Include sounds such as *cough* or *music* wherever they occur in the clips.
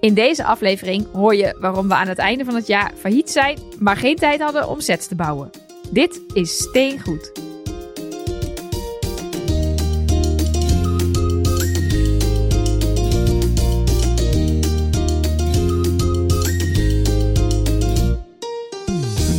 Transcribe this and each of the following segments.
In deze aflevering hoor je waarom we aan het einde van het jaar failliet zijn, maar geen tijd hadden om sets te bouwen. Dit is Steengoed.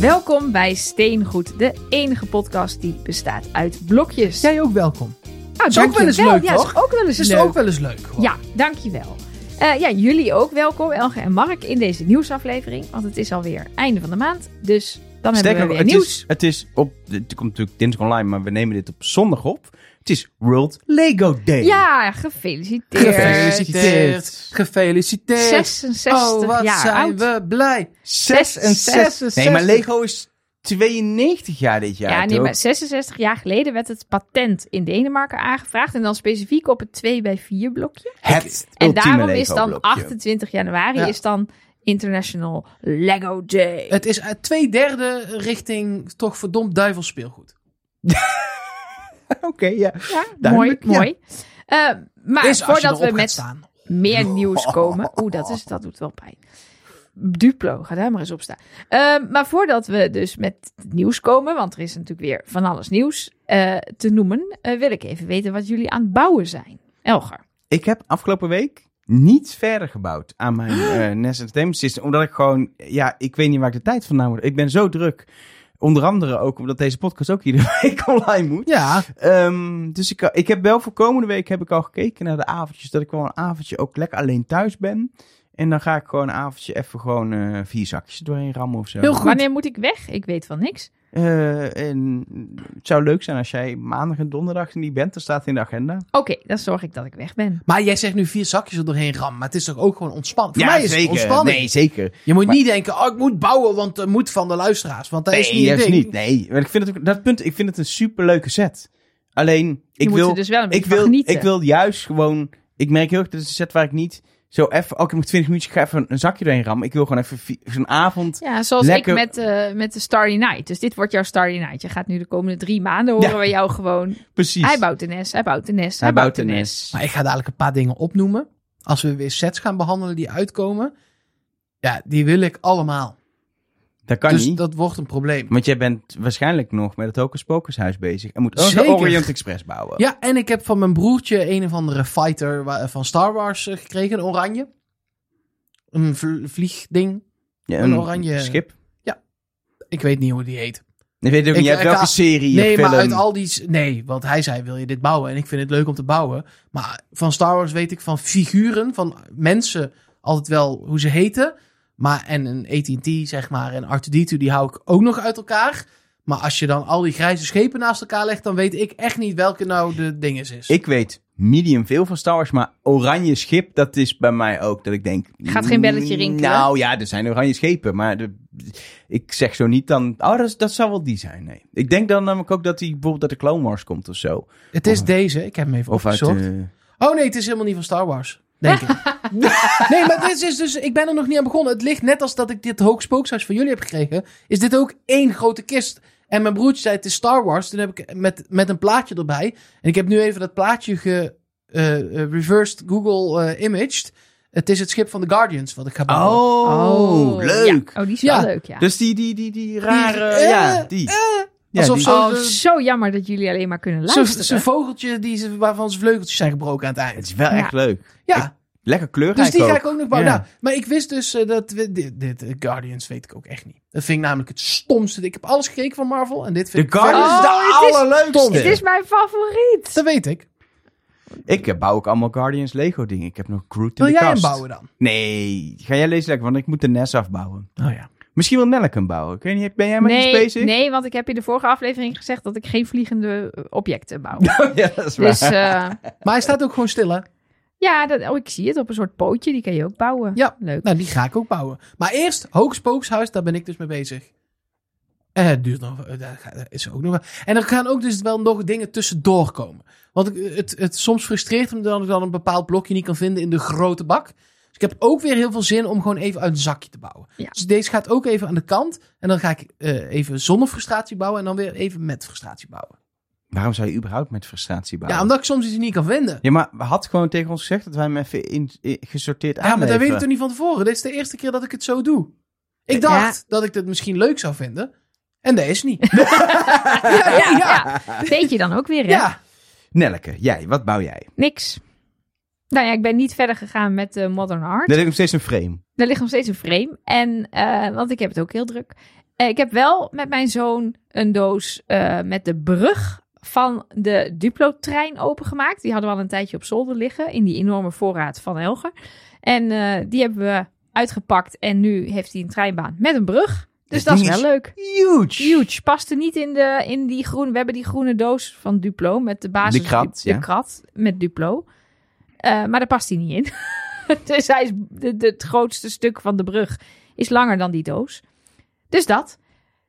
Welkom bij Steengoed, de enige podcast die bestaat uit blokjes. Jij ook welkom. Ah, is ook wel eens dankjewel. leuk, ja, toch? Is ook wel eens Het is leuk. ook wel eens leuk. hoor. Ja, dankjewel. Eh ja, jullie ook welkom, Elge en Mark, in deze nieuwsaflevering. Want het is alweer einde van de maand. Dus dan Sterker hebben we nog, weer het nieuws. is, het is op. Het komt natuurlijk dinsdag online, maar we nemen dit op zondag op. Het is World Lego Day. Ja, gefeliciteerd. Gefeliciteerd. Gefeliciteerd. 66 oh, wat jaar zijn oud. we blij. Zes- en zes- Nee, maar Lego is 92 jaar dit jaar. Ja, nee, toch? maar 66 jaar geleden werd het patent in Denemarken aangevraagd. En dan specifiek op het 2 bij 4 blokje. Het En ultieme daarom is dan Lego-blokje. 28 januari Ja. is dan International Lego Day. Het is uit twee derde richting toch verdomd duivels speelgoed. *laughs* Oké, ja. ja, mooi, duidelijk, ja. mooi. Eh, maar is als je voordat erop we gaat met staan. *laughs* meer nieuws komen. Oeh, dat, is, dat doet wel pijn. Duplo, ga daar maar eens op staan. Ehm, maar voordat we dus met het nieuws komen, want er is natuurlijk weer van alles nieuws eh, te noemen, eh, wil ik even weten wat jullie aan het bouwen zijn. Elger. Ik heb afgelopen week niet verder gebouwd aan *gasps* mijn eh Nest Entertainment System. Omdat ik gewoon, ja, ik weet niet waar ik de tijd vandaan word. Ik ben zo druk. Onder andere ook omdat deze podcast ook iedere *laughs* week online moet. Ja, Ehm, dus ik, ik heb wel voor komende week heb ik al gekeken naar de avondjes. Dat ik wel een avondje ook lekker alleen thuis ben. En dan ga ik gewoon een avondje even gewoon eh, vier zakjes er doorheen rammen of zo. heel goed. Wanneer moet ik weg? Ik weet van niks. Eh, en het zou leuk zijn als jij maandag en donderdag er niet bent. Dat staat in de agenda. Oké, dan zorg ik dat ik weg ben. Maar jij zegt nu vier zakjes er doorheen rammen. Maar het is toch ook gewoon ontspannen. Voor mij is het ontspanning. Nee, zeker. je moet maar- niet denken, oh, ik moet bouwen, want het moet van de luisteraars. Want dat is niet het juist ding. niet. Nee, maar ik vind het ook, dat punt, ik vind het een superleuke set. Alleen, Je ik moet wil, er dus wel een beetje ik wil, van genieten. ik wil juist gewoon. Ik merk heel erg, dit is een set waar ik niet zo even. Ook ik moet 20 minuutjes, ik ga even een zakje doorheen rammen. Ik wil gewoon even vi- zo'n avond. Ja, zoals Lekker. ik met, eh, met de Starry Night. Dus dit wordt jouw Starry Night. Je gaat nu de komende drie maanden horen we jou gewoon. Precies. Hij bouwt een nest, hij bouwt een nest, hij, bouwt een nest. Maar ik ga dadelijk een paar dingen opnoemen. Als we weer sets gaan behandelen die uitkomen. Ja, die wil ik allemaal. Dat kan dus niet. dat wordt een probleem. Want jij bent waarschijnlijk nog met het Hocus Pocushuis bezig. En moet ook de Zeker. Orient Express bouwen. Ja, en ik heb van mijn broertje een of andere fighter wa- van Star Wars eh, gekregen. Een oranje. Een vl- vliegding. Ja, een oranje- schip. Ik weet niet hoe die heet. Ik weet ook Ik- niet uit ik- welke ik- serie Nee, film. maar uit al die... s- Nee, want hij zei, wil je dit bouwen? En ik vind het leuk om te bouwen. Maar van Star Wars weet ik van figuren, van mensen altijd wel hoe ze heten. Maar en een AT&T, zeg maar, en R2-D2, die hou ik ook nog uit elkaar. Maar als je dan al die grijze schepen naast elkaar legt, dan weet ik echt niet welke nou de dinges is. Ik weet medium veel van Star Wars, maar oranje schip, dat is bij mij ook dat ik denk... Gaat geen belletje rinkelen? Nou ja, er zijn oranje schepen, maar de- ik zeg zo niet dan... Oh, dat, is- dat zou wel die zijn, nee. Ik denk dan namelijk ook dat die bijvoorbeeld uit de Clone Wars komt of zo. het is deze, ik heb hem even Of uit... opgezocht. eh, Oh nee, het is helemaal niet van Star Wars. Denk *laughs* ik. nee, maar dit is dus. Ik ben er nog niet aan begonnen. Het ligt net als dat ik dit hoog spookhuis van jullie heb gekregen. Is dit ook één grote kist? En mijn broertje zei: Het is Star Wars. Toen heb ik met, met een plaatje erbij. En ik heb nu even dat plaatje ge. eh, eh, reversed Google eh, imaged. Het is het schip van The Guardians wat ik ga bouwen. oh, leuk! Ja. Oh, die is wel Ja. leuk, ja. Dus die, die, die, die rare... eh, ja, die. Ja, alsof die- zo- Oh, zo jammer dat jullie alleen maar kunnen Zo'n luisteren. zo'n vogeltje die ze, waarvan zijn vleugeltjes zijn gebroken aan het Het eind. is wel echt leuk. Ja. Lekker kleurrijk Dus die ook. ga ik ook nog bouwen. Ja. Nou, maar ik wist dus eh, dat... We, dit, dit, eh, Guardians weet ik ook echt niet. Dat vind ik namelijk het stomste. Ik heb alles gekeken van Marvel en dit De vind ik... Ah, Guardians Oh, is de het is- allerleukste. Het is mijn favoriet. Dat weet ik. Ik eh, bouw ook allemaal Guardians Lego dingen. Ik heb nog Groot in Wil de jij hem kast. bouwen dan? Nee, ga jij lezen lekker, want ik moet de NES afbouwen. Oh ja. Misschien wil Nelleke hem bouwen. Ik weet niet, ben jij met nee, iets bezig? nee, want ik heb in de vorige aflevering gezegd dat ik geen vliegende eh, objecten bouw. Oh, ja, dat is *laughs* waar. dus eh, Maar hij staat ook gewoon stil, hè? ja, dat, oh, ik zie het op een soort pootje. Die kan je ook bouwen. Ja. Leuk. Nou, die ga ik ook bouwen. Maar eerst Hoogspookshuis, daar ben ik dus mee bezig. En het duurt nog... eh, Daar ga- daar is ook nog... En er gaan ook dus wel nog dingen tussendoor komen. Want ik- eh, het, het, soms frustreert me dat ik dan een bepaald blokje niet kan vinden in de grote bak. Dus ik heb ook weer heel veel zin om gewoon even uit een zakje te bouwen. Ja. Dus deze gaat ook even aan de kant. En dan ga ik eh, even zonder frustratie bouwen. En dan weer even met frustratie bouwen. Waarom zou je überhaupt met frustratie bouwen? Ja, omdat ik soms iets niet kan vinden. Ja, maar had gewoon tegen ons gezegd dat wij hem even in, in- gesorteerd Ja, maar dat weet ik aanleveren. toch niet van tevoren. Dit is de eerste keer dat ik het zo doe. Ik dacht dat ik dit misschien leuk zou vinden. En dat *laughs* is niet. Ja, ja, Weet je dan ook weer, hè? ja. Nelleke, jij, wat bouw jij? Niks. Nou ja, ik ben niet verder gegaan met eh, Modern Art. Dat is nog steeds een frame. Er ligt nog steeds een frame. En, eh, want ik heb het ook heel druk. Eh, ik heb wel met mijn zoon een doos eh, met de brug van de Duplo-trein opengemaakt. Die hadden we al een tijdje op zolder liggen. In die enorme voorraad van Helger. En eh, die hebben we uitgepakt. En nu heeft hij een treinbaan met een brug. Dus dat Dat is ding wel is- leuk. Huge! Huge. Paste niet in, de, in die groene. We hebben die groene doos van Duplo met de basis. De krat, de ja. krat met Duplo. Eh, maar daar past hij niet in. *laughs* dus hij is de, de- het grootste stuk van de brug is langer dan die doos. Dus dat.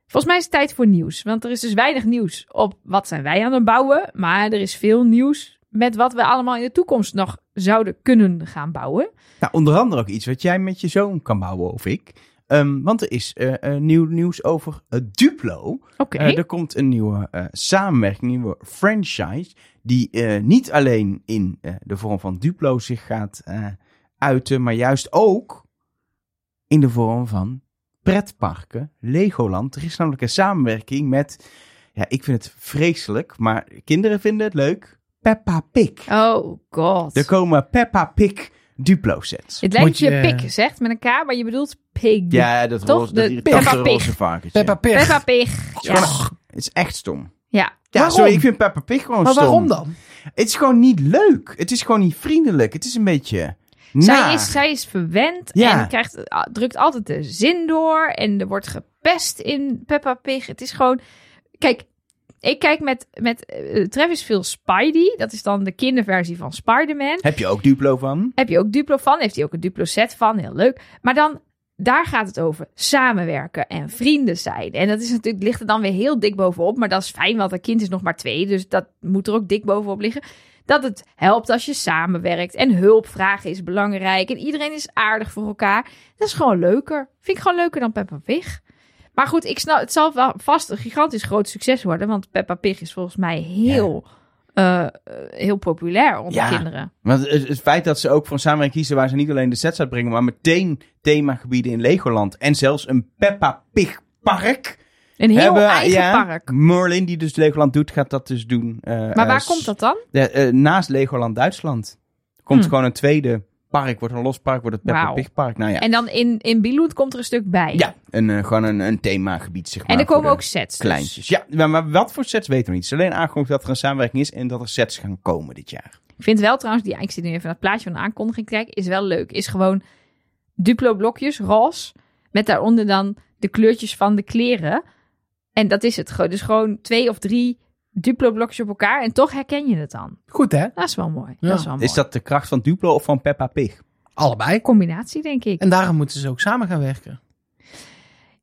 Volgens mij is het tijd voor nieuws. Want er is dus weinig nieuws op wat zijn wij aan het bouwen. Maar er is veel nieuws met wat we allemaal in de toekomst nog zouden kunnen gaan bouwen. Nou, onder andere ook iets wat jij met je zoon kan bouwen, of ik. Ehm, want er is eh, eh, nieuw nieuws over eh, Duplo. Oké. Eh, er komt een nieuwe eh, samenwerking, een nieuwe franchise. Die eh, niet alleen in eh, de vorm van Duplo zich gaat eh, uiten, maar juist ook in de vorm van pretparken, Legoland. Er is namelijk een samenwerking met, ja, ik vind het vreselijk, maar kinderen vinden het leuk, Peppa Pig. oh god. Er komen Peppa Pig Duplo sets. het lijkt Moet dat je, je eh, pik zegt met een K, maar je bedoelt pig. Ja, dat Toch? roze, De dat irritante Peppa Pig. roze varkentje. Peppa Pig. Peppa Pig. Het is Ja. gewoon- Het is echt stom. ja. Ja, Waarom? sorry, ik vind Peppa Pig gewoon Maar stom. waarom dan? Het is gewoon niet leuk. Het is gewoon niet vriendelijk. Het is een beetje. Zij, naar. is, zij is verwend Ja. en krijgt, a- drukt altijd de zin door. En er wordt gepest in Peppa Pig. Het is gewoon... Kijk, ik kijk met, met eh, Travis veel Spidey. Dat is dan de kinderversie van Spider-Man. Heb je ook Duplo van? Heb je ook Duplo van? Heeft hij ook een Duplo set van? Heel leuk. Maar dan, daar gaat het over samenwerken en vrienden zijn. En dat is natuurlijk, ligt er dan weer heel dik bovenop. Maar dat is fijn, want een kind is nog maar twee. Dus dat moet er ook dik bovenop liggen. Dat het helpt als je samenwerkt. En hulp vragen is belangrijk. En iedereen is aardig voor elkaar. Dat is gewoon leuker. Vind ik gewoon leuker dan Peppa Pig. Maar goed, ik snap, het zal wel vast een gigantisch groot succes worden. Want Peppa Pig is volgens mij heel, eh, eh, heel populair onder Ja. kinderen. Want het, het feit dat ze ook voor een samenwerking kiezen waar ze niet alleen de sets uitbrengen, maar meteen themagebieden in Legoland en zelfs een Peppa Pig park Een heel hebben. eigen ja, park. Merlin, die dus Legoland doet, gaat dat dus doen. Eh, Maar waar eh, komt dat dan? Ja, eh, naast Legoland Duitsland komt Hm. gewoon een tweede park. Wordt een los park, wordt het Peppa Wauw. Pig park. Nou ja, En dan in, in Bieloed komt er een stuk bij. ja een, eh, gewoon een, een themagebied zeg maar. en er voor komen de- ook sets. dus. Kleintjes. Ja, maar, maar wat voor sets weten we niet. Het is alleen aangekondigd dat er een samenwerking is en dat er sets gaan komen dit jaar. Ik vind wel trouwens, die, ik zit nu even naar het plaatje van de aankondiging te kijken, is wel leuk. Is gewoon duplo blokjes, roze, met daaronder dan de kleurtjes van de kleren. En dat is het. gewoon. Dus gewoon twee of drie duplo blokjes op elkaar en toch herken je het dan. Goed hè? Dat is wel mooi. Ja. Dat is wel mooi. Is dat de kracht van Duplo of van Peppa Pig? Allebei. Een combinatie, denk ik. En daarom moeten ze ook samen gaan werken.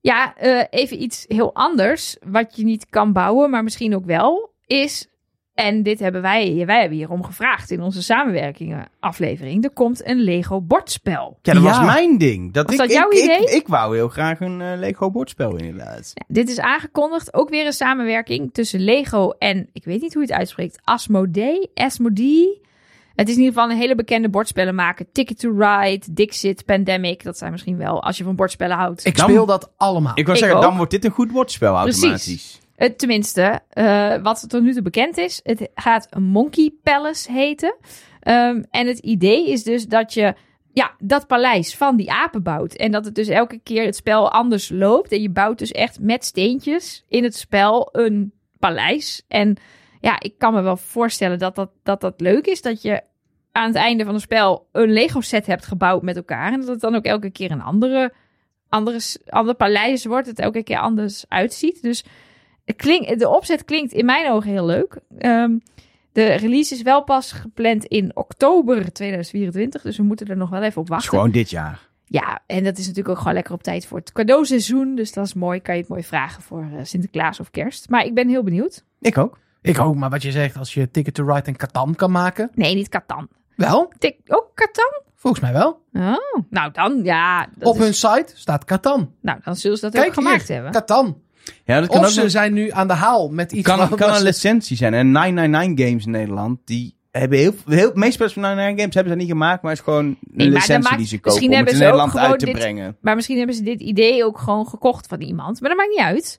Ja, eh, even iets heel anders, wat je niet kan bouwen, maar misschien ook wel, is, en dit hebben wij, wij hebben hierom gevraagd in onze samenwerkingen aflevering, er komt een Lego bordspel. Ja, dat Ja. was mijn ding. Dat Was ik, dat jouw ik, idee? Ik, ik wou heel graag een eh, Lego bordspel inderdaad. Nou, dit is aangekondigd, ook weer een samenwerking tussen Lego en, ik weet niet hoe je het uitspreekt, Asmodee, Asmodee. Het is in ieder geval een hele bekende bordspellen maken. Ticket to Ride, Dixit, Pandemic. Dat zijn misschien wel, als je van bordspellen houdt. Ik Dan- speel dat allemaal. Ik wou Ik zeggen, ook. dan wordt dit een goed bordspel Precies. automatisch. Eh, tenminste, eh, wat tot nu toe bekend is. Het gaat Monkey Palace heten. Ehm, en het idee is dus dat je ja, dat paleis van die apen bouwt. En dat het dus elke keer het spel anders loopt. En je bouwt dus echt met steentjes in het spel een paleis. En ja, ik kan me wel voorstellen dat dat, dat, dat leuk is. Dat je aan het einde van een spel een Lego set hebt gebouwd met elkaar. En dat het dan ook elke keer een andere, andere, s- ander paleis wordt. Het elke keer anders uitziet. Dus het klink, de opzet klinkt in mijn ogen heel leuk. Ehm, de release is wel pas gepland in oktober 2024. Dus we moeten er nog wel even op Dat is wachten. gewoon dit jaar. Ja, en dat is natuurlijk ook gewoon lekker op tijd voor het cadeauseizoen. Dus dat is mooi. Kan je het mooi vragen voor eh, Sinterklaas of Kerst. Maar ik ben heel benieuwd. Ik ook. Ik ook, maar wat je zegt, als je Ticket to Ride en Catan kan maken. Nee, niet Catan. Wel, Tik, ook Catan? volgens mij wel. Oh, nou dan, ja. dat Op is- hun site staat Catan. Nou, dan zullen ze dat Kijk ook gemaakt hier, hebben. Catan. Ja, dat kan Of ook ze nog- zijn nu aan de haal met iets kan, waar- kan waar een ze- licentie zijn. En 999 Games in Nederland, die hebben heel, heel de meeste spelers van 999 Games hebben ze niet gemaakt, maar het is gewoon een maar dat licentie maakt- die ze kopen misschien om het hebben in ze ook Nederland gewoon uit te dit- brengen. Maar misschien hebben ze dit idee ook gewoon gekocht van iemand. Maar dat maakt niet uit.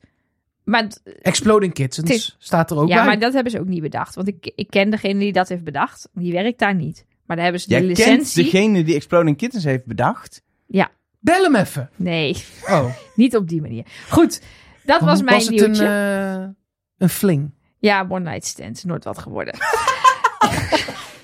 Maar, het- Exploding Kittens Het is- staat er ook ja, bij. maar dat hebben ze ook niet bedacht. Want ik, ik ken degene die dat heeft bedacht. Die werkt daar niet. Maar daar hebben ze Jij de kent licentie. degene die Exploding Kittens heeft bedacht. Bel hem even. Nee, *laughs* Oh, niet op die manier. Goed, dat was mijn was het een, nieuwtje. eh, een fling? Ja, One Night Stand is nooit wat geworden.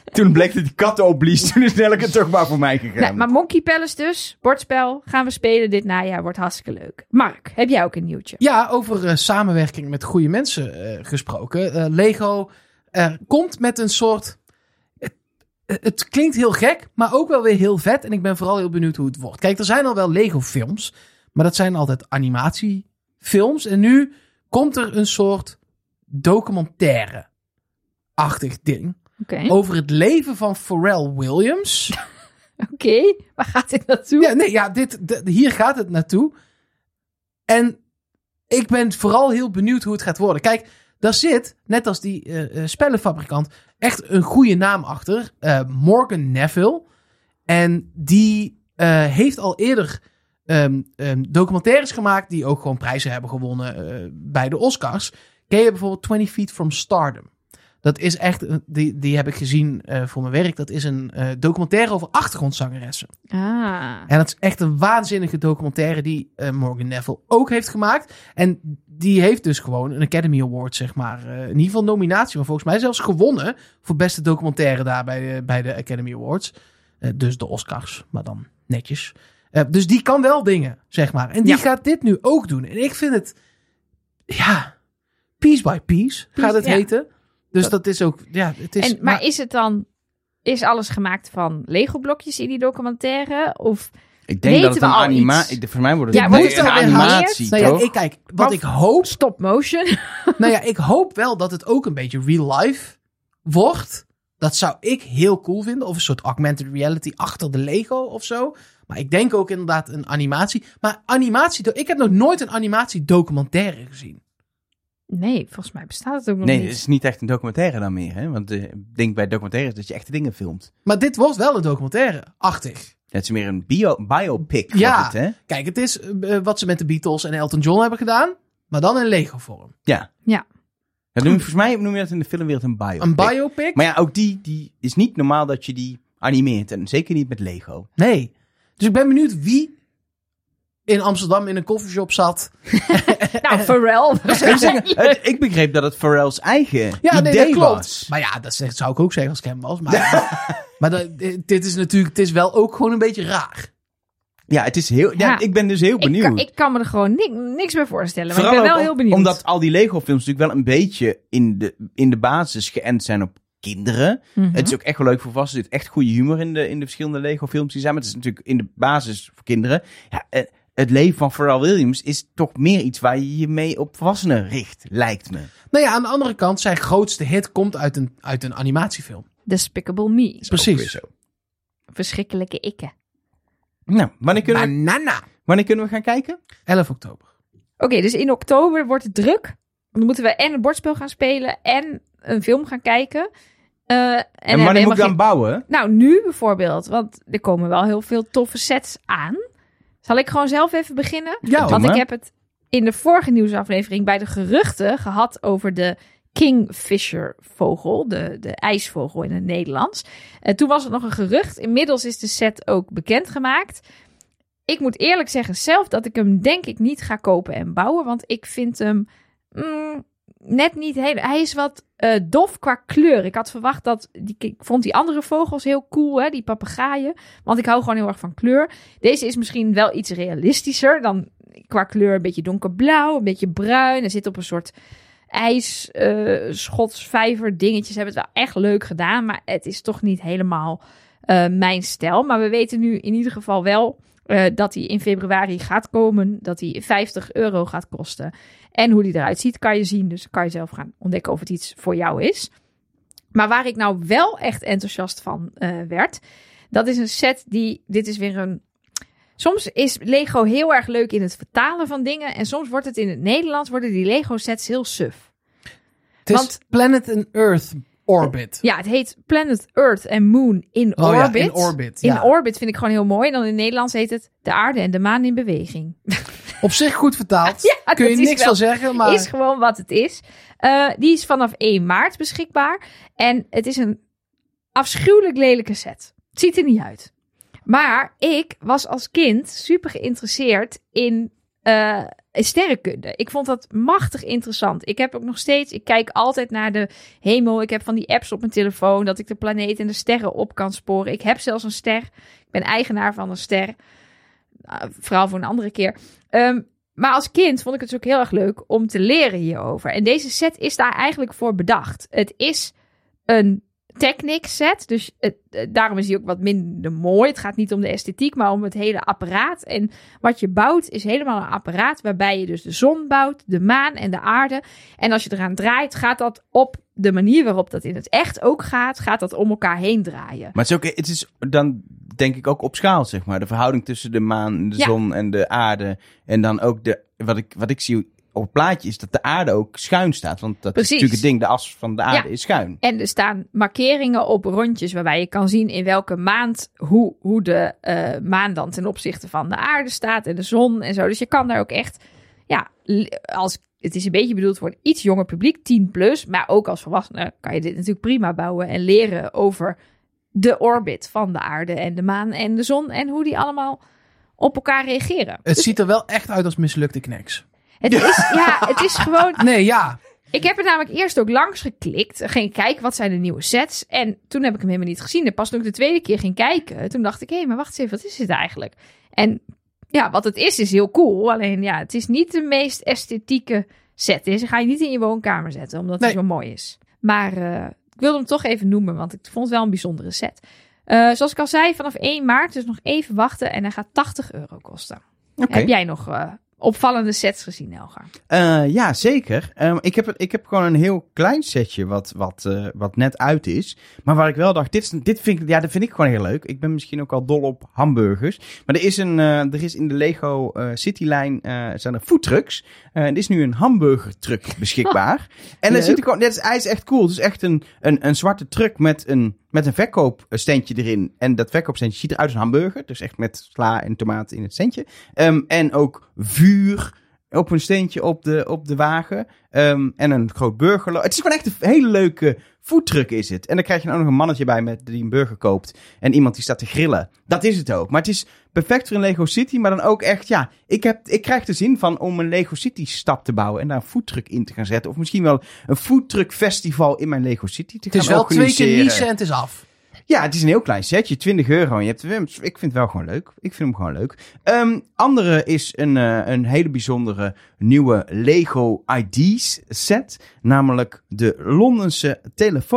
Toen bleek dat die kat opblies. Toen is Nelke toch maar voor mij gegaan. Nou, maar Monkey Palace dus, bordspel, gaan we spelen dit najaar. Wordt hartstikke leuk. Mark, heb jij ook een nieuwtje? Ja, over eh, samenwerking met goede mensen eh, gesproken. Eh, Lego eh, komt met een soort. Het- Het klinkt heel gek, maar ook wel weer heel vet. En ik ben vooral heel benieuwd hoe het wordt. Kijk, er zijn al wel Lego-films, maar dat zijn altijd animatiefilms. En nu komt er een soort documentaire-achtig ding Oké, over het leven van Pharrell Williams. oké. *laughs* waar gaat dit naartoe? Ja, nee, ja dit, d- hier gaat het naartoe. En ik ben vooral heel benieuwd hoe het gaat worden. Kijk, daar zit, net als die eh, eh, spellenfabrikant, echt een goede naam achter. Eh, Morgan Neville. En die eh, heeft al eerder ehm, ehm, documentaires gemaakt die ook gewoon prijzen hebben gewonnen eh, bij de Oscars. Ken je bijvoorbeeld 20 Feet from Stardom? Dat is echt, een- die, die heb ik gezien eh, voor mijn werk. Dat is een eh, documentaire over achtergrondzangeressen. Ah, En dat is echt een waanzinnige documentaire die eh, Morgan Neville ook heeft gemaakt. En die heeft dus gewoon een Academy Award, zeg maar. eh, in ieder geval nominatie, maar volgens mij zelfs gewonnen voor beste documentaire daar bij, de- bij de Academy Awards. Eh, dus de Oscars, maar dan netjes. Eh, dus die kan wel dingen, zeg maar. En die Ja. gaat dit nu ook doen. En ik vind het, ja, piece by piece gaat het ja. heten. Dus dat, is ook, ja, het is... en, maar, is het dan... Is alles gemaakt van Lego-blokjes in die documentaire? Of, ik weten denk dat het we een al iets? animatie... Voor mij wordt het Ja, een, wordt het een al herhaald? animatie, nou ja, toch? ik kijk, wat Maar- ik hoop stop motion? *laughs* Nou ja, ik hoop wel dat het ook een beetje real life wordt. Dat zou ik heel cool vinden. Of een soort augmented reality achter de Lego of zo. Maar ik denk ook inderdaad een animatie. Maar animatie, ik heb nog nooit een animatiedocumentaire gezien. Nee, volgens mij bestaat het ook nog Nee, niet. het is niet echt een documentaire dan meer. Hè? Want eh, ik denk bij documentaires dat je echte dingen filmt. Maar dit wordt wel een documentaire-achtig. Het is meer een bio, biopic. Ja. wordt het, hè? Kijk, het is eh, wat ze met de Beatles en Elton John hebben gedaan. Maar dan in Lego-vorm. Dat noem, volgens mij noem je dat in de filmwereld een biopic. Een biopic? Maar ja, ook die, die is niet normaal dat je die animeert. En zeker niet met Lego. Nee. Dus ik ben benieuwd wie in Amsterdam in een koffieshop zat. Nou, Pharrell. *laughs* Ik, zeg, het- ik begreep dat het Pharrell's eigen Ja, idee nee, dat klopt. was. Maar ja, dat zeg- zou ik ook zeggen als ik hem was. Maar, *laughs* maar dat, dit- dit is natuurlijk, het is wel ook gewoon een beetje raar. Ja, het is heel, ja, Ja. ik ben dus heel *laughs* ik, benieuwd. kan, ik kan me er gewoon ni- niks bij voorstellen. Maar ik Vooral ben wel ook om- heel benieuwd. Omdat al die Lego-films natuurlijk wel een beetje in de, in de basis geënt zijn op kinderen. Mhm. Het is ook echt wel leuk voor vast. Er zit echt goede humor in de, in de verschillende Lego-films die zijn. Maar het is natuurlijk in de basis voor kinderen. Ja, eh, het leven van Pharrell Williams is toch meer iets waar je je mee op volwassenen richt, lijkt me. Nou ja, aan de andere kant, zijn grootste hit komt uit een, uit een animatiefilm. Despicable Me. Is ook Precies. weer zo. Verschrikkelijke ikke. Nou, wanneer kunnen, we, Banana. wanneer kunnen we gaan kijken? 11 oktober. Oké, dus in oktober wordt het druk. Want Dan moeten we en een bordspel gaan spelen en een film gaan kijken. Eh, en En, hebben wanneer moet helemaal ik dan geen- bouwen? Nou, nu bijvoorbeeld. Want er komen wel heel veel toffe sets aan. Zal ik gewoon zelf even beginnen? Ja, Doe Want ik maar. heb het in de vorige nieuwsaflevering bij de geruchten gehad over de kingfishervogel, de, de ijsvogel in het Nederlands. En toen was het nog een gerucht. Inmiddels is de set ook bekendgemaakt. Ik moet eerlijk zeggen zelf dat ik hem denk ik niet ga kopen en bouwen, want ik vind hem mm, net niet heel. Hij is wat eh, dof qua kleur. Ik had verwacht dat die, ik vond die andere vogels heel cool, hè, die papegaaien, want ik hou gewoon heel erg van kleur. Deze is misschien wel iets realistischer dan qua kleur een beetje donkerblauw, een beetje bruin. Hij zit op een soort ijs, eh, schotsvijver dingetjes. Ze hebben het wel echt leuk gedaan, maar het is toch niet helemaal eh, mijn stijl. Maar we weten nu in ieder geval wel eh, dat hij in februari gaat komen, dat hij 50 euro gaat kosten. En hoe die eruit ziet kan je zien, dus kan je zelf gaan ontdekken of het iets voor jou is. Maar waar ik nou wel echt enthousiast van eh, werd, dat is een set die, dit is weer een Soms is Lego heel erg leuk in het vertalen van dingen. En soms wordt het in het Nederlands, worden die Lego sets heel suf. Het is Want- Planet and Earth Orbit. Ja, het heet Planet Earth and Moon in Oh ja, Orbit. in orbit. In ja. Orbit vind ik gewoon heel mooi. En dan in het Nederlands heet het De Aarde en de Maan in Beweging. Op zich goed vertaald. *laughs* Ja, Kun je dat is niks wel- van zeggen, maar Is gewoon wat het is. Eh, die is vanaf 1 maart beschikbaar. En het is een afschuwelijk lelijke set. Het ziet er niet uit. Maar ik was als kind super geïnteresseerd in eh, sterrenkunde. Ik vond dat machtig interessant. Ik heb ook nog steeds, ik kijk altijd naar de hemel. Ik heb van die apps op mijn telefoon dat ik de planeet en de sterren op kan sporen. Ik heb zelfs een ster. Ik ben eigenaar van een ster. Nou, verhaal voor een andere keer. Ehm, maar als kind vond ik het dus ook heel erg leuk om te leren hierover. En deze set is daar eigenlijk voor bedacht. Het is een Technic set, dus het, eh, daarom is die ook wat minder mooi. Het gaat niet om de esthetiek, maar om het hele apparaat. En wat je bouwt is helemaal een apparaat waarbij je dus de zon bouwt, de maan en de aarde. En als je eraan draait, gaat dat op de manier waarop dat in het echt ook gaat, gaat dat om elkaar heen draaien. Maar het is, ook, het is dan denk ik ook op schaal, zeg maar. De verhouding tussen de maan, de Ja. zon en de aarde. En dan ook de, wat, ik, wat ik zie op het plaatje is dat de aarde ook schuin staat. Want dat Precies. is natuurlijk het ding, de as van de aarde is schuin. En er staan markeringen op rondjes waarbij je kan zien in welke maand hoe, hoe de eh, maan dan ten opzichte van de aarde staat en de zon en zo. Dus je kan daar ook echt, ja, l- als, het is een beetje bedoeld voor een iets jonger publiek, 10 plus, maar ook als volwassene kan je dit natuurlijk prima bouwen en leren over de orbit van de aarde en de maan en de zon en hoe die allemaal op elkaar reageren. het ziet er wel echt uit als mislukte knacks. Het is, ja, het is gewoon Nee, ja. ik heb er namelijk eerst ook langs geklikt. Ging kijken, wat zijn de nieuwe sets? En toen heb ik hem helemaal niet gezien. En pas toen ik de tweede keer ging kijken, toen dacht ik... Hé, maar wacht eens even, wat is dit eigenlijk? En ja, wat het is, is heel cool. Alleen ja, het is niet de meest esthetieke set. Deze ga je niet in je woonkamer zetten, omdat Nee. het zo mooi is. Maar eh, ik wilde hem toch even noemen, want ik vond het wel een bijzondere set. Eh, zoals ik al zei, vanaf 1 maart, dus nog even wachten. En hij gaat 80 euro kosten. Oké. Heb jij nog eh, opvallende sets gezien, Elgar? Eh, ja, zeker. Ehm, ik, heb, ik heb gewoon een heel klein setje wat, wat, eh, wat net uit is. Maar waar ik wel dacht, dit, is, dit vind, ik, ja, dat vind ik gewoon heel leuk. Ik ben misschien ook al dol op hamburgers. Maar er is, een, eh, er is in de Lego eh, Citylijn eh, zijn er foodtrucks. Eh, er is nu een hamburgertruck beschikbaar. en Leuk. dan ziet er gewoon, dit is, hij is echt cool. Het is echt een, een, een zwarte truck met een, met een verkoopsteentje erin. En dat verkoopsteentje ziet eruit als een hamburger. Dus echt met sla en tomaat in het steentje. Ehm, en ook vuur op een steentje op de, op de wagen. Ehm, en een groot burgerlo. Het is gewoon echt een hele leuke foodtruck is het. En dan krijg je dan ook nog een mannetje bij met, die een burger koopt. En iemand die staat te grillen. Dat is het ook. Maar het is perfect voor een Lego City. Maar dan ook echt, ja, ik, heb, ik krijg de zin van om een Lego City stad te bouwen. En daar een foodtruck in te gaan zetten. Of misschien wel een foodtruck festival in mijn Lego City te Het is gaan wel twee keer organiseren. niezen en het is af. Ja, het is een heel klein setje, 20 euro. En je hebt, ik vind het wel gewoon leuk. Ik vind hem gewoon leuk. Ehm, andere is een, eh, een hele bijzondere nieuwe Lego IDs set. Namelijk de Londense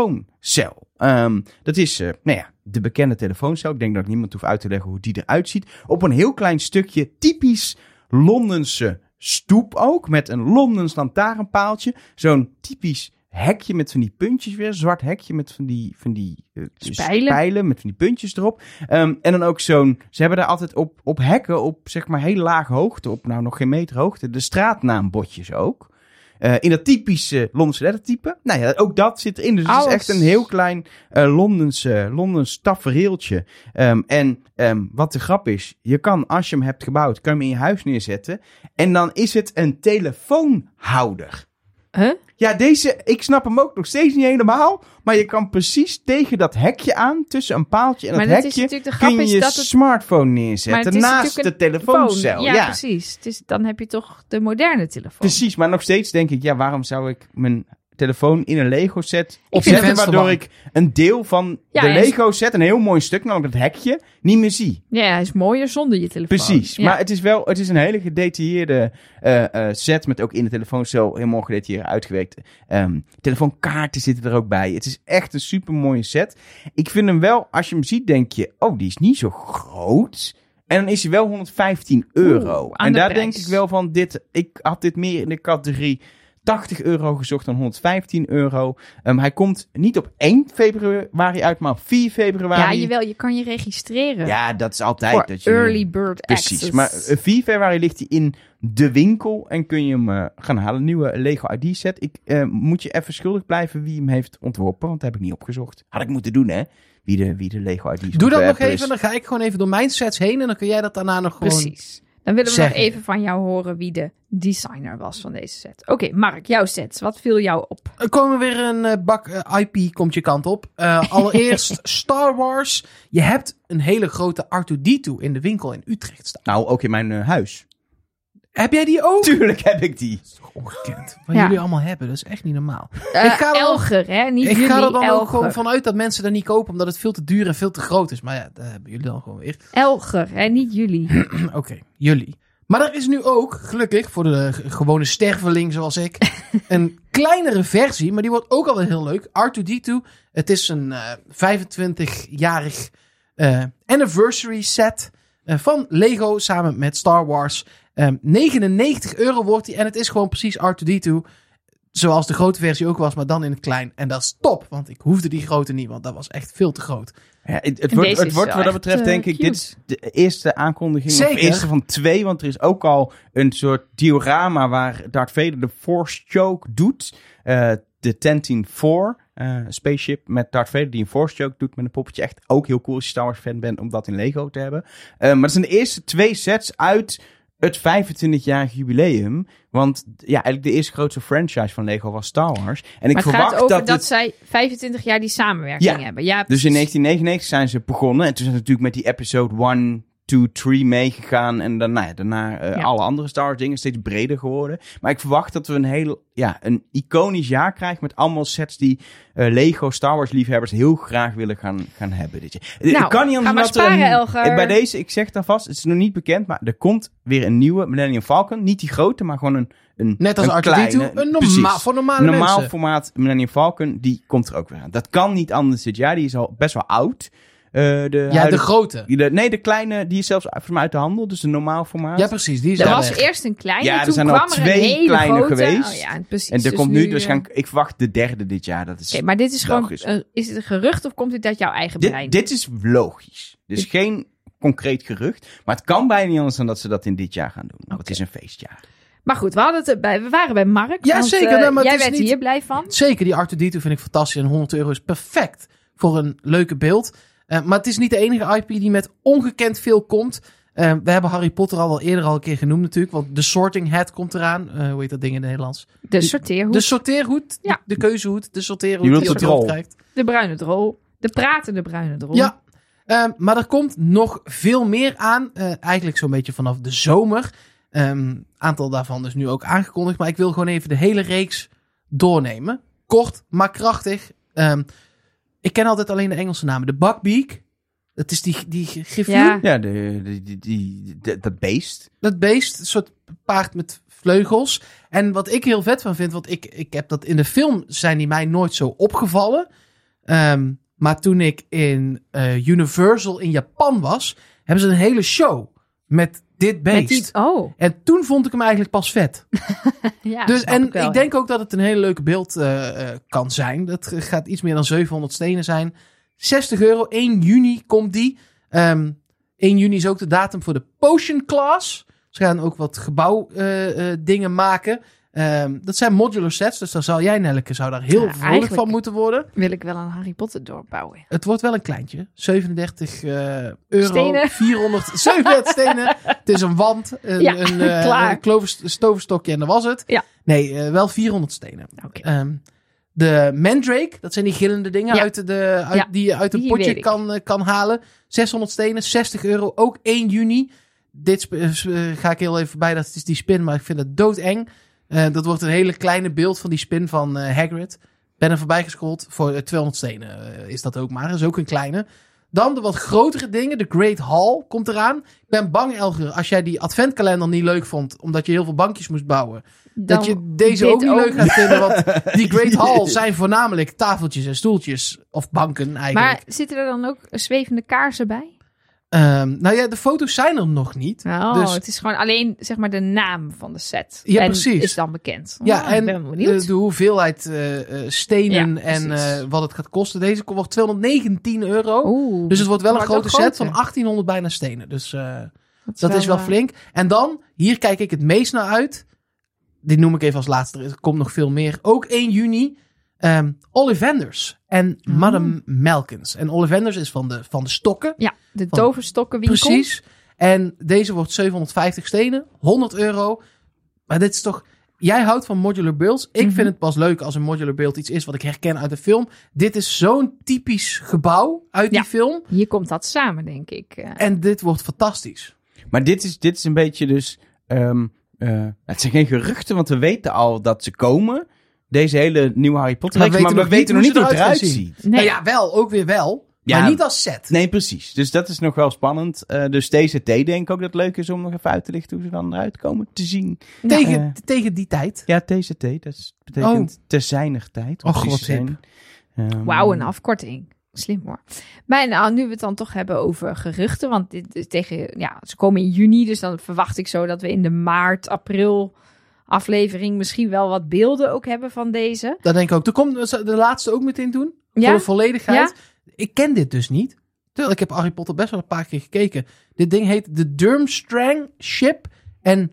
telefooncel. Ehm, dat is, eh, nou ja, de bekende telefooncel. Ik denk dat ik niemand hoef uit te leggen hoe die eruit ziet. Op een heel klein stukje typisch Londense stoep ook. Met een Londens lantaarnpaaltje. Zo'n typisch hekje met van die puntjes weer. Zwart hekje met van die, van die eh, Spijlen. spijlen. Met van die puntjes erop. Ehm, en dan ook zo'n... Ze hebben daar altijd op, op hekken op zeg maar heel lage hoogte. Op nou nog geen meter hoogte. De straatnaambotjes ook. Eh, in dat typische Londense lettertype. Nou ja, ook dat zit erin. Dus het Alles. is echt een heel klein eh Londense, Londens tafereeltje. Ehm, en ehm, wat de grap is, je kan als je hem hebt gebouwd, kan je hem in je huis neerzetten. En dan is het een telefoonhouder. Huh? Ja, deze, ik snap hem ook nog steeds niet helemaal. Maar je kan precies tegen dat hekje aan, tussen een paaltje en Maar het dat is hekje, natuurlijk de grap kun je is je dat het- smartphone Maar het neerzetten is naast de natuurlijk een telefooncel. telefoon. Ja, precies. Het is- dan heb je toch de moderne telefoon. Precies, maar nog steeds denk ik, ja, waarom zou ik mijn telefoon in een Lego set opzetten, vensterbank. waardoor ik een deel van Ja, de en- Lego set, een heel mooi stuk, namelijk het hekje, niet meer zie. Ja, hij is mooier zonder je telefoon. Precies, Ja. maar het is wel, het is een hele gedetailleerde eh, eh, set met ook in de telefooncel helemaal gedetailleerd uitgewerkt. Ehm, telefoonkaarten zitten er ook bij. Het is echt een super mooie set. Ik vind hem wel, als je hem ziet, denk je, oh, die is niet zo groot. En dan is hij wel 115 euro. Oeh, aan en de daar prijs. denk ik wel van, dit, ik had dit meer in de categorie 80 euro gezocht dan 115 euro. Ehm, hij komt niet op 1 februari uit, maar op 4 februari. Ja, jawel, je kan je registreren. Ja, dat is altijd. voor dat je, early bird Precies. access. Maar eh, 4 februari ligt hij in de winkel en kun je hem eh, gaan halen. Nieuwe Lego ID set. Ik eh, moet je even schuldig blijven wie hem heeft ontworpen, want dat heb ik niet opgezocht. Had ik moeten doen, hè? Wie de, wie de Lego ID Doe dat nog ontwerper even, is. dan ga ik gewoon even door mijn sets heen en dan kun jij dat daarna nog gewoon... Precies. Dan willen we nog zeggen. even van jou horen wie de designer was van deze set. Oké, Mark, jouw sets. Wat viel jou op? Er komen weer een eh, bak eh, IP, komt je kant op. *laughs* Eh, allereerst Star Wars. Je hebt een hele grote R2-D2 in de winkel in Utrecht staan. Nou, ook in mijn eh, huis. *laughs* Heb jij die ook? Tuurlijk heb ik die. Ongekend. Wat Ja. jullie allemaal hebben, dat is echt niet normaal. Eh, Ik ga er- Elger, hè? Niet ik jullie, ga er dan ook Elger. gewoon vanuit dat mensen dat niet kopen, omdat het veel te duur en veel te groot is. Maar ja, dat hebben jullie dan gewoon weer. Elger, hè? Niet jullie. Oké, jullie. Maar er is nu ook, gelukkig, voor de eh, gewone sterveling zoals ik, een kleinere versie. Maar die wordt ook alweer heel leuk. R2-D2. Het is een eh, 25-jarig eh, anniversary set eh, van Lego samen met Star Wars. Eh, 99 euro wordt die en het is gewoon precies R2-D2. Zoals de grote versie ook was, maar dan in het klein. En dat is top, want ik hoefde die grote niet, want dat was echt veel te groot. Ja, het, het En wordt, deze het is wordt wel wat dat echt, betreft, eh, denk ik, dit cute. is de eerste aankondiging. Of Zeker. eerste van twee, want er is ook al een soort diorama waar Darth Vader de Force Choke doet. Eh, de Tentine 4 eh, spaceship met Darth Vader die een Force Choke doet met een poppetje. Echt ook heel cool als je Star Wars fan bent om dat in Lego te hebben. Eh, maar dat zijn de eerste twee sets uit het 25-jarig jubileum. Want ja, eigenlijk de eerste grootste franchise van Lego was Star Wars. En ik maar het verwacht gaat over dat, dat dit- zij 25 jaar die samenwerking Ja. hebben. Ja, dus in 1999 zijn ze begonnen. En toen zijn ze natuurlijk met die episode 1, 2, 3 meegegaan. En daarna, ja, daarna eh, Ja. alle andere Star Wars dingen steeds breder geworden. Maar ik verwacht dat we een heel ja, een iconisch jaar krijgen met allemaal sets die eh, Lego Star Wars liefhebbers heel graag willen gaan, gaan hebben. Dit jaar. Nou, ik kan niet ga anders maar dan dat er sparen, een- Elger. eh, Bij deze, ik zeg het alvast, het is nog niet bekend, maar er komt weer een nieuwe Millennium Falcon. Niet die grote, maar gewoon een, een Net als een R2-D2, kleine. een normaal, Precies voor normale normaal mensen. formaat Millennium Falcon, die komt er ook weer aan. Dat kan niet anders dit jaar. Die is al best wel oud. Eh, de Ja, de huidige- grote. de- nee, de kleine, die is zelfs volgens mij uit de handel. Dus een normaal formaat. Ja, precies. Die is Er al was weg. eerst een kleine, Ja, er toen zijn al kwam er twee een hele kleine grote. geweest. Oh, ja, en precies. en er komt nu, eh, dus gaan, ik verwacht de derde dit jaar. Dat is, Oké, maar dit is gewoon, Logisch. eh, is het een gerucht of komt dit uit jouw eigen brein? dit, dit is logisch. Dus Dit- geen concreet gerucht. Maar het kan bijna niet anders dan dat ze dat in dit jaar gaan doen. Want het is een feestjaar. Maar goed, we, hadden het bij, we waren bij Mark. Ja, want, zeker, eh, nee, maar het jij is werd niet- hier blij van. Zeker, die R2-D2 vind ik fantastisch. En 100 euro is perfect voor een leuke beeld. Eh, maar het is niet de enige IP die met ongekend veel komt. Eh, we hebben Harry Potter al wel eerder al een keer genoemd natuurlijk. Want de Sorting Hat komt eraan. Eh, hoe heet dat ding in het Nederlands? De sorteerhoek, De dus- sorteerhoed. Ja. De keuzehoed. De sorteerhoed. Je bedoelt die de je erop troll. krijgt. de bruine drol, de pratende bruine drol. Ja, ehm, maar er komt nog veel meer aan. eh, eigenlijk zo'n beetje vanaf de zomer. Ehm aantal daarvan dus nu ook aangekondigd. Maar ik wil gewoon even de hele reeks doornemen. Kort, maar krachtig. Ehm, ik ken altijd alleen de Engelse namen. De Buckbeak. Dat is die, die griffioen. Ja. Ja, de, de, die, die, de- dat beest. Dat beest, een soort paard met vleugels. En wat ik heel vet van vind, want ik, ik heb dat in de film zijn die mij nooit zo opgevallen. Ehm, maar toen ik in eh, Universal in Japan was, hebben ze een hele show met dit beest. Met die, oh, En toen vond ik hem eigenlijk pas vet. ja. dus, snap en ik, wel, denk ook dat het een hele leuke beeld eh, eh, kan zijn. Dat ge- gaat iets meer dan 700 stenen zijn. 60 euro, 1 juni komt die. Ehm 1 juni is ook de datum voor de Potion Class. Ze gaan ook wat gebouwdingen dingen maken. Ehm, dat zijn modular sets, dus daar zal jij, Nelke, zou daar heel Ja, vrolijk eigenlijk- van moeten worden. wil ik wel een Harry Potter doorbouwen. Het wordt wel een kleintje. 37 eh, euro, Stenen. *laughs* 400, 37 stenen. Het is een wand, een, Ja, een, eh, *laughs* klaar. een klovers- stoverstokje en dat was het. Ja. Nee, eh, wel 400 stenen. Oké. Ehm, de Mandrake, dat zijn die gillende dingen Ja. uit de, uit, Ja, die je uit een die potje weet ik. kan, eh, kan halen. 600 stenen, 60 euro, ook 1 juni. Dit sp- eh, sp- eh, ga ik heel even bij, dat is die spin, maar ik vind het doodeng. Eh, dat wordt een hele kleine beeld van die spin van eh, Hagrid. Ben er voorbij gescrolld, voor eh, 200 stenen eh, is dat ook maar. Dat is ook een kleine. Dan de wat grotere dingen, de Great Hall komt eraan. Ik ben bang, Elger, als jij die adventkalender niet leuk vond, omdat je heel veel bankjes moest bouwen, Dan dat je deze dit ook niet leuk gaat vinden, *laughs* want die Great Hall Ja. zijn voornamelijk tafeltjes en stoeltjes. Of banken eigenlijk. Maar zitten er dan ook eh, zwevende kaarsen bij? Ehm, nou ja, de foto's zijn er nog niet. Oh, Dus- het is gewoon alleen zeg maar de naam van de set. Ja, en precies. is dan bekend. Ja, Oh, en eh, ik ben wel de, benieuwd. de hoeveelheid eh, eh, stenen Ja, en precies. eh, wat het gaat kosten. Deze wordt 219 euro. Oeh, Dus het wordt wel een Maar het grote wordt set van groter. 1800 bijna stenen. Dus eh, dat is wel eh, flink. En dan, hier kijk ik het meest naar uit. Dit noem ik even als laatste. Er komt nog veel meer. Ook 1 juni. ehm Ollivanders en Ah. Madame Melkins. En Ollivanders is van de, van de stokken. eh, Ja, de Van- toverstokkenwinkel. Precies. En deze wordt 750 stenen, 100 euro. Maar dit is toch. Jij houdt van modular builds. Ik Mhm. vind het pas leuk als een modular build iets is wat ik herken uit de film. Dit is zo'n typisch gebouw uit Ja. die film. Hier komt dat samen, denk ik. Eh, En dit wordt fantastisch. Maar dit is, dit is een beetje dus... ehm, eh, het zijn geen geruchten, want we weten al dat ze komen. Deze hele nieuwe Harry Potter. Maar reeks, Maar, weten we nog weten nog niet niet hoe hoe het ze eruit eruit gaan ziet. nee, Nou ja, wel, ook weer wel. Ja. Maar niet als set. Nee, precies. Dus dat is nog wel spannend. Eh, dus TCT denk ik ook dat het leuk is om nog even uit te lichten hoe ze dan eruit komen te zien. Nou, Tegen, Eh. tegen die tijd. Ja, TCT, dat betekent te zijnig tijd. om Oh. Och, precies wat te zijn. Ehm, Wauw, een afkorting. Slim hoor. Maar nou, nu we het dan toch hebben over geruchten. Want dit is tegen, ja, ze komen in juni. Dus dan verwacht ik zo dat we in de maart, april aflevering misschien wel wat beelden ook hebben van deze. Dat denk ik ook. Toen komt de laatste ook meteen doen. Ja? Voor de volledigheid. Ik ken dit dus niet. Terwijl ik heb Harry Potter best wel een paar keer gekeken. Dit ding heet de Durmstrang Ship en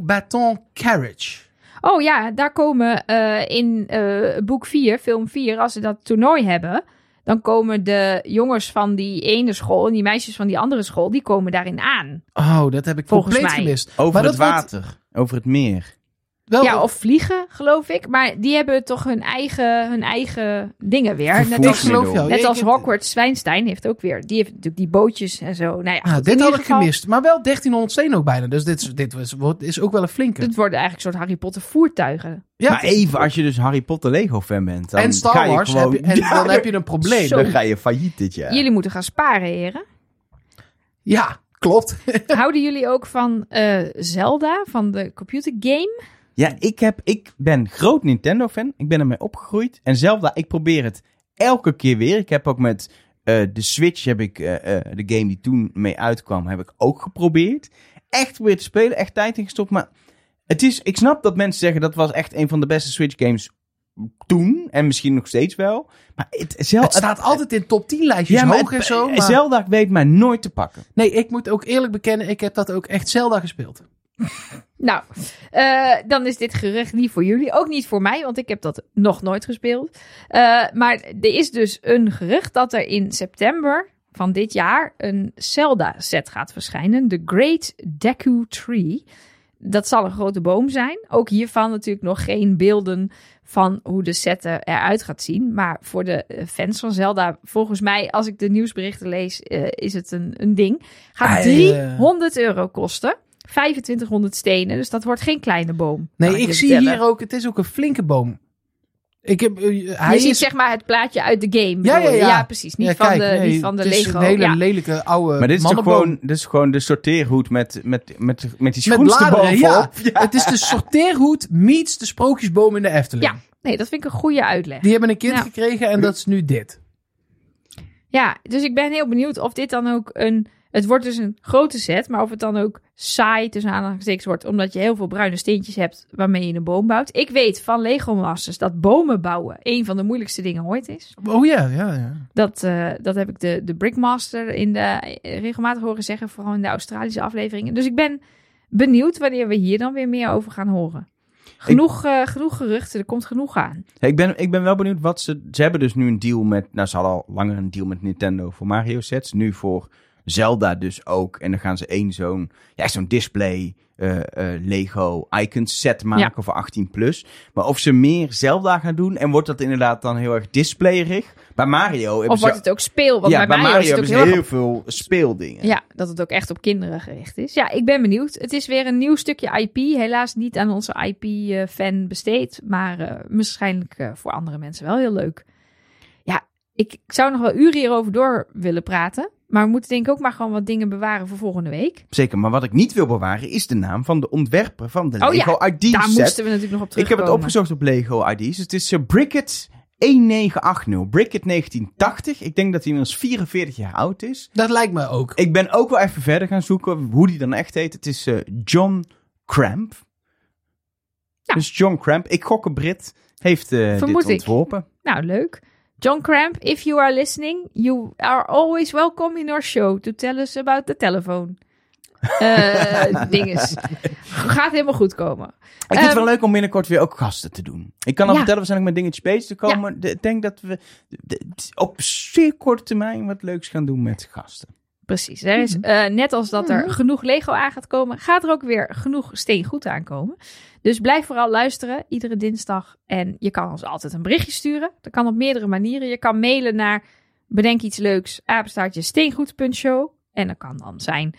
Baton Carriage. Oh ja, daar komen eh, in eh, boek 4, film 4, als ze dat toernooi hebben. Dan komen de jongens van die ene school en die meisjes van die andere school, die komen daarin aan. Oh, dat heb ik Volgens compleet mij. gemist. Over Maar het dat wordt- water, over het meer. Wel, Ja, of vliegen, geloof ik. Maar die hebben toch hun eigen, hun eigen dingen weer. Net ik als Vervoersmiddel. geloof jou. Net Ik- als ik- Hogwarts, Zwijnstein heeft ook weer. Die heeft natuurlijk die bootjes en zo. Nou ja, Ah, goed, in dit had ieder ik geval, gemist. Maar wel 1300 stenen ook bijna. Dus dit, is- dit was, wordt- is ook wel een flinke. Het worden eigenlijk een soort Harry Potter voertuigen. Ja, maar even, als je dus Harry Potter Lego fan bent. Dan en ga Star je Wars, gewoon- heb je, en *laughs* Ja, dan heb je een probleem. Zo. dan ga je failliet dit jaar. Jullie moeten gaan sparen, *laughs* heren. Ja, klopt. Houden jullie ook van eh, Zelda, van de computergame? Ja, ik, heb, ik ben groot Nintendo-fan. Ik ben ermee opgegroeid. En Zelda, ik probeer het elke keer weer. Ik heb ook met eh, de Switch, heb ik, eh, eh, de game die toen mee uitkwam, heb ik ook geprobeerd. Echt weer te spelen, echt tijd in gestopt. Maar het is, ik snap dat mensen zeggen dat was echt een van de beste Switch-games toen. En misschien nog steeds wel. Maar het, Zelda, Het staat altijd in top 10 lijstjes ja, maar hoog en het- eh, zo. Maar... Zelda weet mij nooit te pakken. Nee, ik moet ook eerlijk bekennen, ik heb dat ook echt Zelda gespeeld. Nou, eh, dan is dit gerecht niet voor jullie. Ook niet voor mij, want ik heb dat nog nooit gespeeld. Eh, maar er is dus een gerucht dat er in september van dit jaar een Zelda-set gaat verschijnen. De Great Deku Tree. Dat zal een grote boom zijn. Ook hiervan natuurlijk nog geen beelden van hoe de set er- eruit gaat zien. Maar voor de eh, fans van Zelda, volgens mij, als ik de nieuwsberichten lees, eh, is het een, een ding. Gaat Ah, 300 euro kosten. 2500 stenen, dus dat wordt geen kleine boom. Nee, kan ik je zie Nou, vertellen. hier ook, het is ook een flinke boom. Ik heb, eh, hij je is, ziet zeg maar het plaatje uit de game. Ja, bedoel je? ja, ja. precies. Niet Ja, van kijk, de, nee, niet van de het is Lego. een hele ja. lelijke oude Maar dit is, toch mannenboom. gewoon, dit is gewoon de sorteerhoed met, met, met, met die Met schoenste bladeren, bovenop. Het is de sorteerhoed meets de sprookjesboom in de Efteling. Ja. Nee, dat vind ik een goede uitleg. Die hebben een kind Ja. gekregen en dat is nu dit. Ja, dus ik ben heel benieuwd of dit dan ook een... Het wordt dus een grote set, maar of het dan ook saai tussen aanhalingstekens wordt. Omdat je heel veel bruine steentjes hebt waarmee je een boom bouwt. Ik weet van Lego Masters dat bomen bouwen een van de moeilijkste dingen ooit is. Oh ja, ja, ja. Dat, eh, dat heb ik de, de Brickmaster in de, eh, regelmatig horen zeggen, vooral in de Australische afleveringen. Dus ik ben benieuwd wanneer we hier dan weer meer over gaan horen. Genoeg, eh, genoeg geruchten, er komt genoeg aan. Ja, Ik ben, ik ben wel benieuwd wat ze... Ze hebben dus nu een deal met... Nou, ze hadden al langer een deal met Nintendo voor Mario sets. Nu voor Zelda dus ook. En dan gaan ze één zo'n... Ja, echt zo'n display eh, eh, Lego icons set maken voor 18 plus. Maar of ze meer Zelda gaan doen... En wordt dat inderdaad dan heel erg displayerig? Bij Mario hebben Of ze... wordt het ook speel? Want ja, bij Mario, is het ook hebben ze heel, heel, erg op- veel speeldingen. Ja, dat het ook echt op kinderen gericht is. Ja, ik ben benieuwd. Het is weer een nieuw stukje IP. Helaas niet aan onze IP-fan besteed. Maar eh, waarschijnlijk eh, voor andere mensen wel heel leuk. Ja, ik, ik zou nog wel uren hierover door willen praten. Maar we moeten denk ik ook maar gewoon wat dingen bewaren voor volgende week. Zeker, maar wat ik niet wil bewaren... is de naam van de ontwerper van de Oh ja, Lego ID Daar set. moesten we natuurlijk nog op Ik heb terugkomen. het opgezocht op Lego ID's. Het is eh, Bricket 1980. Brickett 1980. Ik denk dat hij inmiddels 44 jaar oud is. Dat lijkt me ook. Ik ben ook wel even verder gaan zoeken hoe die dan echt heet. Het is eh, John Cramp. Ja. Dus John Cramp, ik gok een Brit, heeft eh Vermoed dit ik. ontworpen. Nou, leuk. John Cramp, if you are listening, you are always welcome in our show to tell us about the telephone. *laughs* Eh dinges. Gaat helemaal goed komen. Ik vind het Ehm, wel leuk om binnenkort weer ook gasten te doen. Ik kan al Ja. vertellen, we zijn ook met dingetjes bezig te komen. De- Ik denk dat we de- de- op zeer korte termijn wat leuks gaan doen met gasten. Precies. Er is, eh, net als dat er genoeg Lego aan gaat komen, gaat er ook weer genoeg steengoed aankomen. Dus blijf vooral luisteren, iedere dinsdag. En je kan ons altijd een berichtje sturen. Dat kan op meerdere manieren. Je kan mailen naar bedenk iets leuks, apenstaartje steengoed.show. En dat kan dan zijn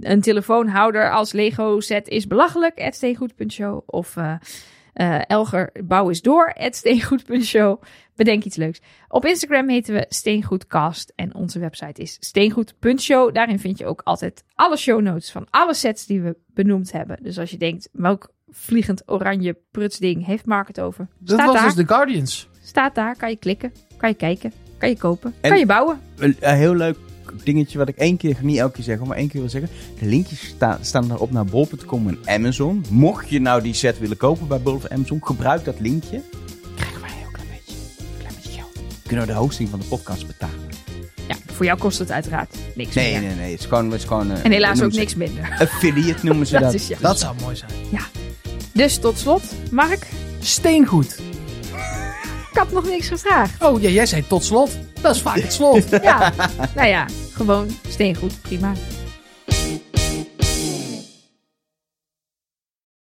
een telefoonhouder als Lego set is belachelijk, at steengoed.show. Of eh, eh, Elger, bouw is door, at steengoed.show. Bedenk iets leuks. Op Instagram heten we Steengoedcast en onze website is steengoed.show. Daarin vind je ook altijd alle show notes van alle sets die we benoemd hebben. Dus als je denkt, welk vliegend oranje prutsding heeft Mark het over? Dat staat, was daar, dus The Guardians. staat daar, kan je klikken, kan je kijken, kan je kopen, En- kan je bouwen. Een, een heel leuk dingetje wat ik één keer, niet elke keer zeg, maar één keer wil zeggen. De linkjes sta- staan daarop naar bol.com en Amazon. Mocht je nou die set willen kopen bij bol of Amazon, gebruik dat linkje. Krijgen wij een heel klein beetje, een klein beetje geld. Kunnen we de hosting van de podcast betalen? Ja, voor jou kost het uiteraard niks Nee, meer. nee, nee. Het is gewoon... Het is gewoon eh, En helaas noemen ook ze- niks minder. Affiliate noemen ze *laughs* dat. Dat is ja. Dat zou mooi zijn. Dus tot slot, Mark, Steengoed. ik had nog niks gevraagd. Oh *laughs* ja, jij zei tot slot. Dat is vaak het slot. Ja, nou ja, gewoon steengoed, prima.